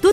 读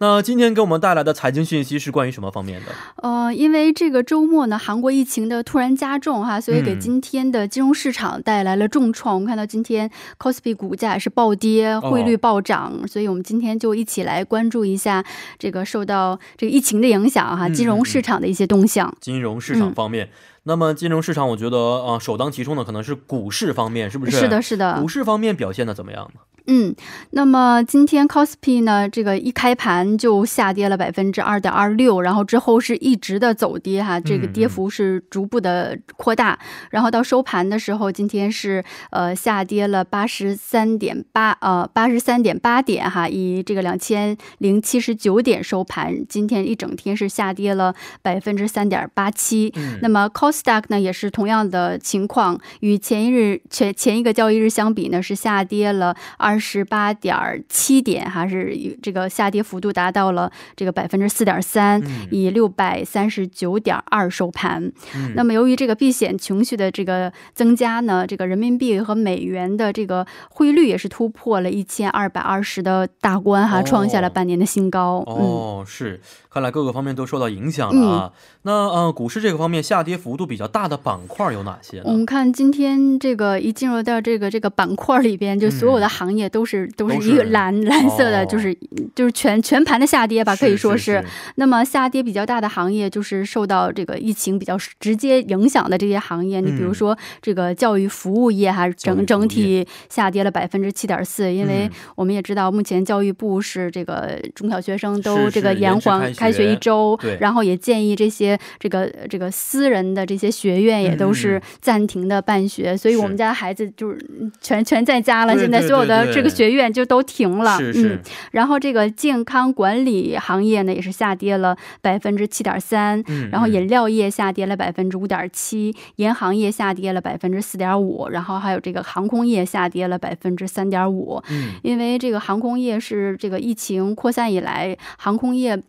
那今天给我们带来的财经讯息是关于什么方面的？呃，因为这个周末呢，韩国疫情的突然加重哈，所以给嗯今天的金融市场带来了重创。我们看到今天 c o s p i 股价也是暴跌，哦汇率暴涨、所以我们今天就一起来关注一下这个受到这个疫情的影响哈，嗯金融市场的一些动向。金融市场方面。那么金融市场，我觉得啊、呃首当其冲的可能是股市方面，是不是？是的，。是的股，市方面表现的怎么样呢？嗯，那么今天 c o s p i 呢，这个一开盘就下跌了百分之二点二六，然后之后是一直的走跌哈，这个嗯跌嗯幅是逐步的扩大，然后到收盘的时候，今天是呃下跌了八十三点八呃八十三点八点哈，以这个两千零七十九点收盘，今天一整天是下跌了百分之三点八七，嗯，那么 c o s d a q 呢也是同样的情况，与前一日前前一个交易日相比呢是下跌了二十八点七点，还是与这个下跌幅度达到了这个百分之四点三，嗯以六百三十九点二收盘。嗯那么由于这个避险情绪的这个增加呢，这个人民币和美元的这个汇率也是突破了一千二百二十的大关哈，哦创下了半年的新高。嗯。哦，是，看来各个方面都受到影响了啊。那呃，股市这个方面下跌幅度比较大的板块有哪些呢？我们看今天这个一进入到这个这个板块里边，就所有的行业都是、都嗯都是是一个蓝蓝色的，哦就是就是全全盘的下跌吧，可以说是那么下跌比较大的行业，就是受到这个疫情比较直接影响的这些行业，你比如说这个教育服务业哈，嗯教育服务业整整体下跌了百分之七点四，因为我们也知道，目前教育部是这个中小学生是都是这个延延缓迟开开学学一周对，然后也建议这些这个这个私人的这些学院也都嗯是暂停的办学，所以我们家孩子就是全全在家了，对现在对所有的对这个对学院就都停了，是嗯是。，然后这个健康管理行业呢也是下跌了百分之七点三，嗯，然后嗯饮料业下跌了百分之五点七，银行业下跌了百分之四点五，然后还有这个航空业下跌了百分之三点五。嗯因为这个航空业是这个疫情扩散以来，航空业，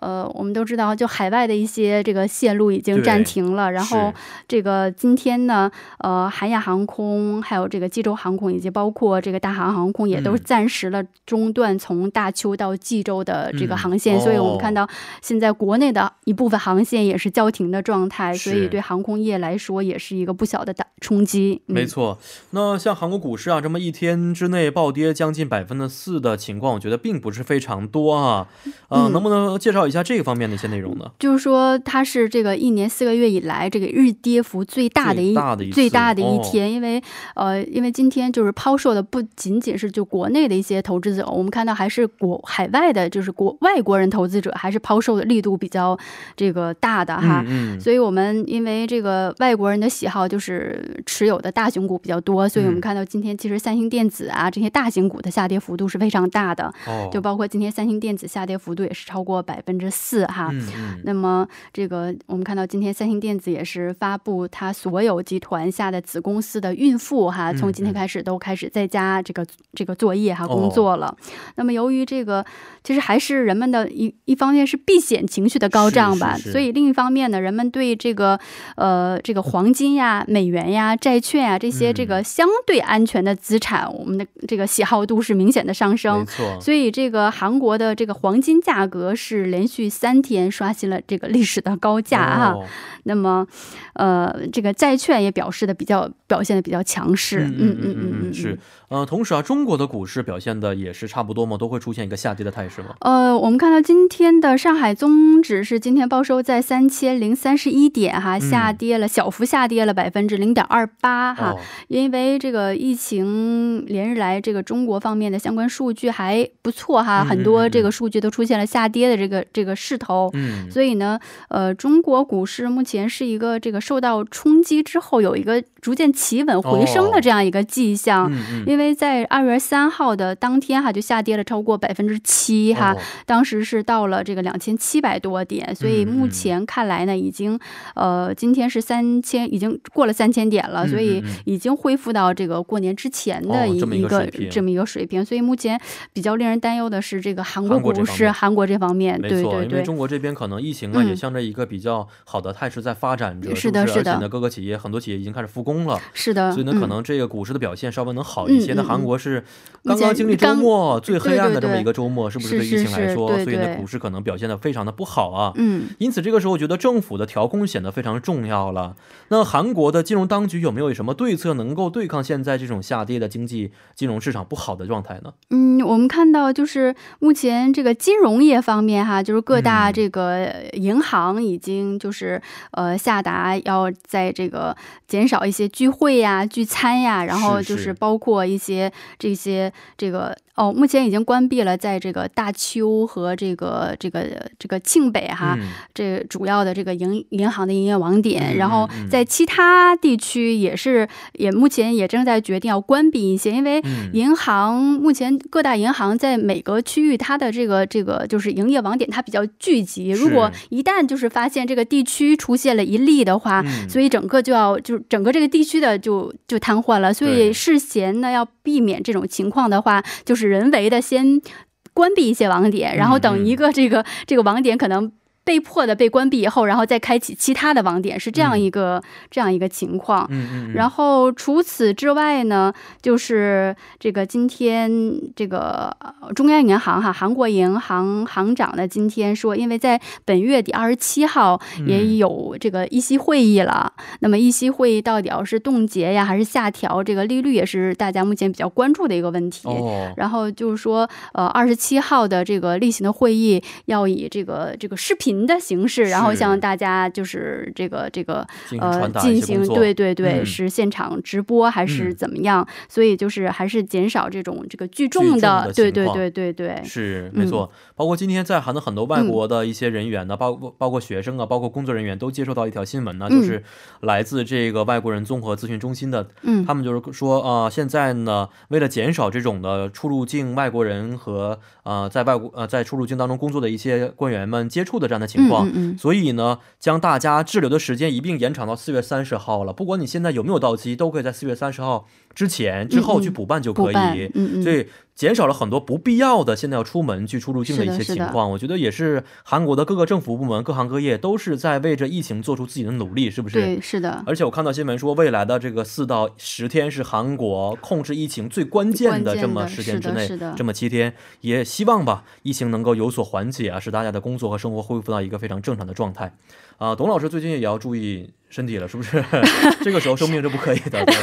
呃，我们都知道，就海外的一些这个线路已经对暂停了。然后是这个今天呢，呃，韩亚航空、还有这个济州航空以及包括这个大韩航空也都嗯暂时了中断从大邱到济州的这个嗯航线，所以我哦们看到现在国内的一部分航线也是叫停的状态，所以是对航空业来说也是一个不小的打冲击。嗯、没错，那像韩国股市啊，这么一天之内暴跌将近百分之四的情况，我觉得并不是非常多啊。呃，嗯能不能介绍一下这个方面的一些内容呢？就是说，它是这个一年四个月以来这个日跌幅最大的最一大的一次最大的一哦天，因为呃，因为今天就是抛售的不仅仅是就国内的一些投资者，我们看到还是国海外的，就是国外国人投资者还是抛售的力度比较这个大的哈。嗯嗯，所以我们因为这个外国人的喜好就是持有的大型股比较多，所以我嗯们看到今天其实三星电子啊这些大型股的下跌幅度是非常大的，哦，就包括今天三星电子下跌幅度也是超过百分之四哈。嗯嗯，那么，这个我们看到今天三星电子也是发布它所有集团下的子公司的孕妇哈，嗯从今天嗯开始都开始在家这个这个作业哈哦工作了。那么，由于这个其实还是人们的一一方面是避险情绪的高涨吧，是是是所以另一方面呢，人们对这个呃这个黄金呀、美元呀、债券呀这些嗯这个相对安全的资产，我们的这个喜好度是明显的上升没。错，所以这个韩国的这个黄金价格是连续三天刷新了这个历史的高价啊。哦那么，呃，这个债券也表示的比较表现的比较强势。嗯嗯嗯嗯嗯嗯嗯嗯，是。，呃，同时啊，中国的股市表现的也是差不多嘛，都会出现一个下跌的态势嘛。呃，我们看到今天的上海综指是今天报收在三千零三十一点嗯哈，下跌了，小幅下跌了百分之零点二八哈。哦，因为这个疫情连日来，这个中国方面的相关数据还不错哈，嗯嗯很嗯多嗯这个数据都出现了下跌的这个这个势头。嗯，所以呢，呃，中国股市目前是一个这个受到冲击之后有一个逐渐企稳回升的这样一个迹象。哦嗯嗯，因为在二月三号的当天哈，就下跌了超过百分之七哈，哦当时是到了这个两千七百多点，所以嗯目前看来呢，已经呃，今天是三千，已经过了三千点了，嗯所以嗯嗯已经恢复到这个过年之前的哦一这么一一个个水平这么一个水平，所以目前比较令人担忧的是这个韩国韩国这股方市，面韩国这方面，没对错，对因为对。中国这边可能疫情啊，也嗯向着一个比较好的态势在发展着，是不的是？是而且的呢，各个企业很多企业已经开始复工了，是的，所以呢，嗯可能这个股市的表现稍微能好一些。嗯那嗯韩国是目刚刚前经历周刚末最黑暗的这么对对一个周末，是不是对疫情是来是说？对所以呢，对股市可能表现的非常的不好啊。嗯，因此，这个时候我觉得政府的调控显得非常重要了。那韩国的金融当局有没有什么对策能够对抗现在这种下跌的经济金融市场不好的状态呢？嗯，我们看到就是目前这个金融业方面哈，就是各大嗯这个呃银行已经就是、呃下达要在这个减少一些聚会呀、聚餐呀，然后是就是是包括一些这些这个哦，目前已经关闭了在这个大邱和这个这个这个庆北哈、嗯，这主要的这个银银行的营业网点，嗯然后嗯嗯在其他地区也是也目前也正在决定要关闭一些，因为嗯银行目前各大银行在每个区域它的这个这个就是营业网点它比较聚集，是如果一旦就是发现这个地区出现了一例的话，嗯所以整个就要就是整个这个地区的就就瘫痪了，所对以事先呢要避免这种情况的话，就是人为的先关闭一些网嗯点，然后等一个这个、这个网点可能。被迫的被关闭以后，然后再开启其他的网点，是这样一个、这样一个情况。嗯嗯，然后后除此之外呢，就是这个今天这个呃中央银行哈，韩国银行行长呢今天说，因为在本月底二十七号嗯也有这个议息会议了，那么议息会议到底要是冻结呀，还是下调这个利率，也是大家目前比较关注的一个问题。哦，然后就是说，呃，二十七号的这个例行的会议要以这个这个视频的形式，然后是向大家就是这个这个进行呃传达一进些工行作对对对、嗯是现场直播还是嗯怎么样、所以就是还是减少这种这个聚众众的的，对情对况对对对，是嗯没错，包括今天在韩的很多外国的一些人员呢，包括包括学生啊，包括工作人员都接受到一条新闻呢，嗯就是来自这个外国人综合咨询中心的，嗯他们就是说啊、呃现在呢，为了减少这种的出入境外国人和呃在外国呃在出入境当中工作的一些官员们接触的这样的情嗯况。嗯嗯，所以呢，将大家滞留的时间一并延长到四月三十号了。不管你现在有没有到期，都可以在四月三十号之前、之后去补办就嗯补可以。办，嗯嗯，所以减少了很多不必要的现在要出门去出入境的是一的些是情的况。我觉得也是韩国的各个政府部门、各行各业都是在为这疫情做出自己的努力，是不是？啊对是的，而且我看到新闻说，未来的这个四到十天是韩国控制疫情最关键的关键的这么十天之内是的是的，这么七天，也希望吧，疫情能够有所缓解啊，使大家的工作和生活恢复到一个非常正常的状态。啊、董老师最近也要注意身体了，是不 是？这个时候生病是不可以的，对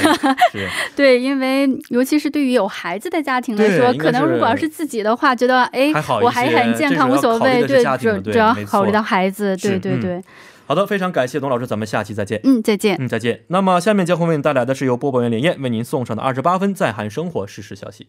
是。对，因为尤其是对于有孩子的家庭来对说，应该可能如果要是是自己的话，觉得哎还好，一我还些很健这康，主无要所考虑谓，的是对家，庭的主对主要没错考虑到孩子，是对对嗯对，好的，非常感谢董老师，咱们下期再见。嗯，再见。嗯，再见。那么下面将会为您带来的是由播报员连燕为您送上的二十八分在韩生活实时消息。